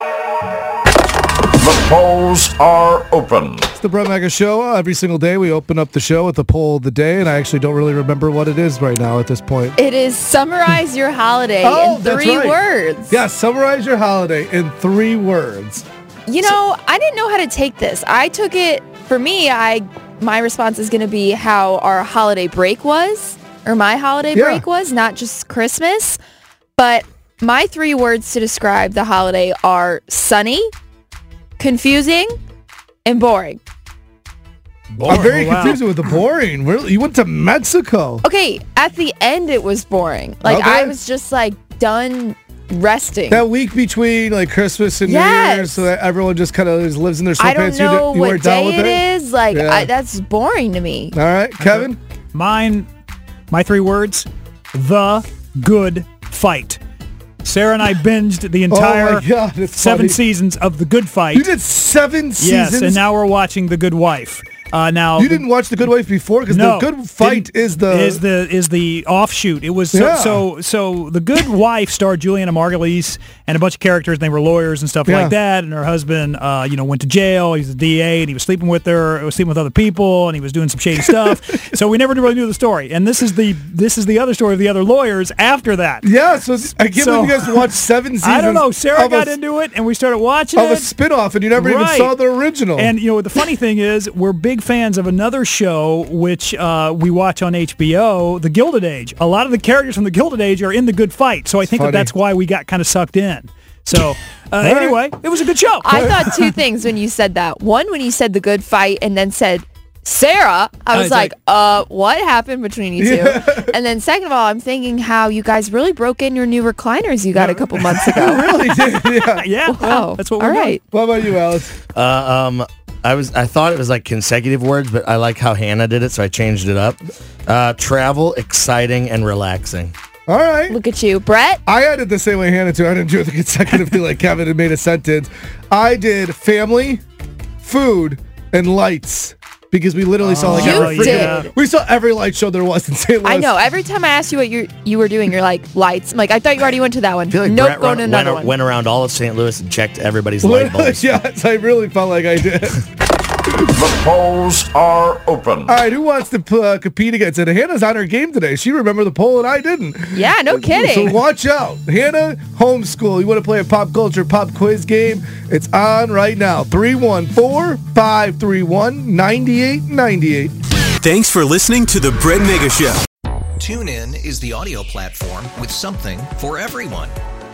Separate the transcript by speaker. Speaker 1: The polls are open.
Speaker 2: It's the Brett Mega Show. Every single day we open up the show with the poll of the day, and I actually don't really remember what it is right now at this point.
Speaker 3: It is summarize your holiday
Speaker 2: Oh,
Speaker 3: in
Speaker 2: that's
Speaker 3: three
Speaker 2: right.
Speaker 3: words.
Speaker 2: Yeah, summarize your holiday in three words.
Speaker 3: You know, I didn't know how to take this. I took it for me, I my response is going to be how our holiday break was or my holiday
Speaker 2: Yeah.
Speaker 3: break was, not just Christmas. But my three words to describe the holiday are sunny, confusing, and boring.
Speaker 2: I'm very
Speaker 4: Oh,
Speaker 5: Wow.
Speaker 2: confused with the boring. Really, you went to Mexico.
Speaker 3: Okay, at the end it was boring. Like I
Speaker 2: Okay.
Speaker 3: was just like done resting.
Speaker 2: That week between like Christmas and New Year's,
Speaker 3: Yes.
Speaker 2: so that everyone just kind of is lives in their sweatpants.
Speaker 3: I don't know
Speaker 2: you, d- you
Speaker 3: what
Speaker 2: weren't down
Speaker 3: day
Speaker 2: with
Speaker 3: it is. Like
Speaker 2: Yeah.
Speaker 3: I, that's boring to me.
Speaker 2: All right, Kevin.
Speaker 4: Mine, my three words, the good fight. Sarah and I binged the entire
Speaker 2: Oh God, it's
Speaker 4: seven
Speaker 2: funny.
Speaker 4: seasons of the good fight.
Speaker 2: You did seven
Speaker 4: yes,
Speaker 2: seasons.
Speaker 4: and now we're watching the good wife. Uh, now
Speaker 2: you didn't watch The Good Wife before because
Speaker 4: no,
Speaker 2: The Good Fight
Speaker 4: didn't-
Speaker 2: is the
Speaker 4: is the is the offshoot. It was so
Speaker 2: Yeah.
Speaker 4: so, so the good wife starred Juliana Margulies and a bunch of characters. and They were lawyers and stuff
Speaker 2: Yeah.
Speaker 4: like that. And her husband, uh, you know, went to jail. He was a DA and he was sleeping with her. Was sleeping with other people and he was doing some shady stuff. so we never really knew the story. And this is the this is the other story of the other lawyers after that.
Speaker 2: yeah. So it's- I can't
Speaker 4: So-
Speaker 2: believe you guys watched seven seasons.
Speaker 4: I don't know. Sarah
Speaker 2: of a
Speaker 4: got
Speaker 2: s-
Speaker 4: into it and we started watching
Speaker 2: of a
Speaker 4: it.
Speaker 2: spinoff, and you never even
Speaker 4: Right.
Speaker 2: saw the original.
Speaker 4: And you know the funny thing is, we're big fans of another show which uh, we watch on HBO, The Gilded Age. A lot of the characters from The Gilded Age are in The Good Fight, so I think
Speaker 2: Funny.
Speaker 4: that that's why we got kind of sucked in. So uh, anyway, it was a good show.
Speaker 3: I thought two things when you said that. One, when you said the good fight and then said Sarah, I was
Speaker 4: it's
Speaker 3: like,
Speaker 4: like-
Speaker 3: uh, what happened between you two? And then second of all, I'm thinking how you guys really broke in your new recliners you got a couple months ago.
Speaker 2: really did. Yeah.
Speaker 4: yeah, well,
Speaker 3: Wow.
Speaker 4: that's what
Speaker 3: All
Speaker 4: we're doing.
Speaker 3: right.
Speaker 2: What about you, Alice?
Speaker 6: Um, I was I thought it was like consecutive words, but I like how Hannah did it, so I changed it up. Uh, travel, exciting, and relaxing.
Speaker 2: All right.
Speaker 3: Look at you. Brett,
Speaker 2: I added the same way Hannah too. I didn't do it consecutively like Kevin had made a sentence. I did family, food, and lights because we literally saw like
Speaker 3: Oh, You
Speaker 2: every freaking-
Speaker 3: did.
Speaker 2: we saw every light show there was in St. Louis.
Speaker 3: I know. Every time I asked you what you you were doing, you're like, lights. I'm like, I thought you already went to that one.
Speaker 6: I feel like
Speaker 3: nope,
Speaker 6: Brett
Speaker 3: going to
Speaker 6: run-
Speaker 3: another
Speaker 6: went,
Speaker 3: one.
Speaker 6: went around all of St. Louis and checked everybody's light
Speaker 2: Literally,
Speaker 6: bulbs.
Speaker 2: yes, I really felt like I did.
Speaker 1: The polls are open.
Speaker 2: All right, who wants to pl- uh, compete against it? Hannah's on her game today. She remembered the poll and I didn't.
Speaker 3: Yeah, no
Speaker 2: So
Speaker 3: kidding.
Speaker 2: watch out. Hannah, homeschool. You want to play a pop culture pop quiz game? It's on right now. 314-531-9898.
Speaker 7: Thanks for listening to the Brett Mega Show.
Speaker 8: TuneIn is the audio platform with something for everyone.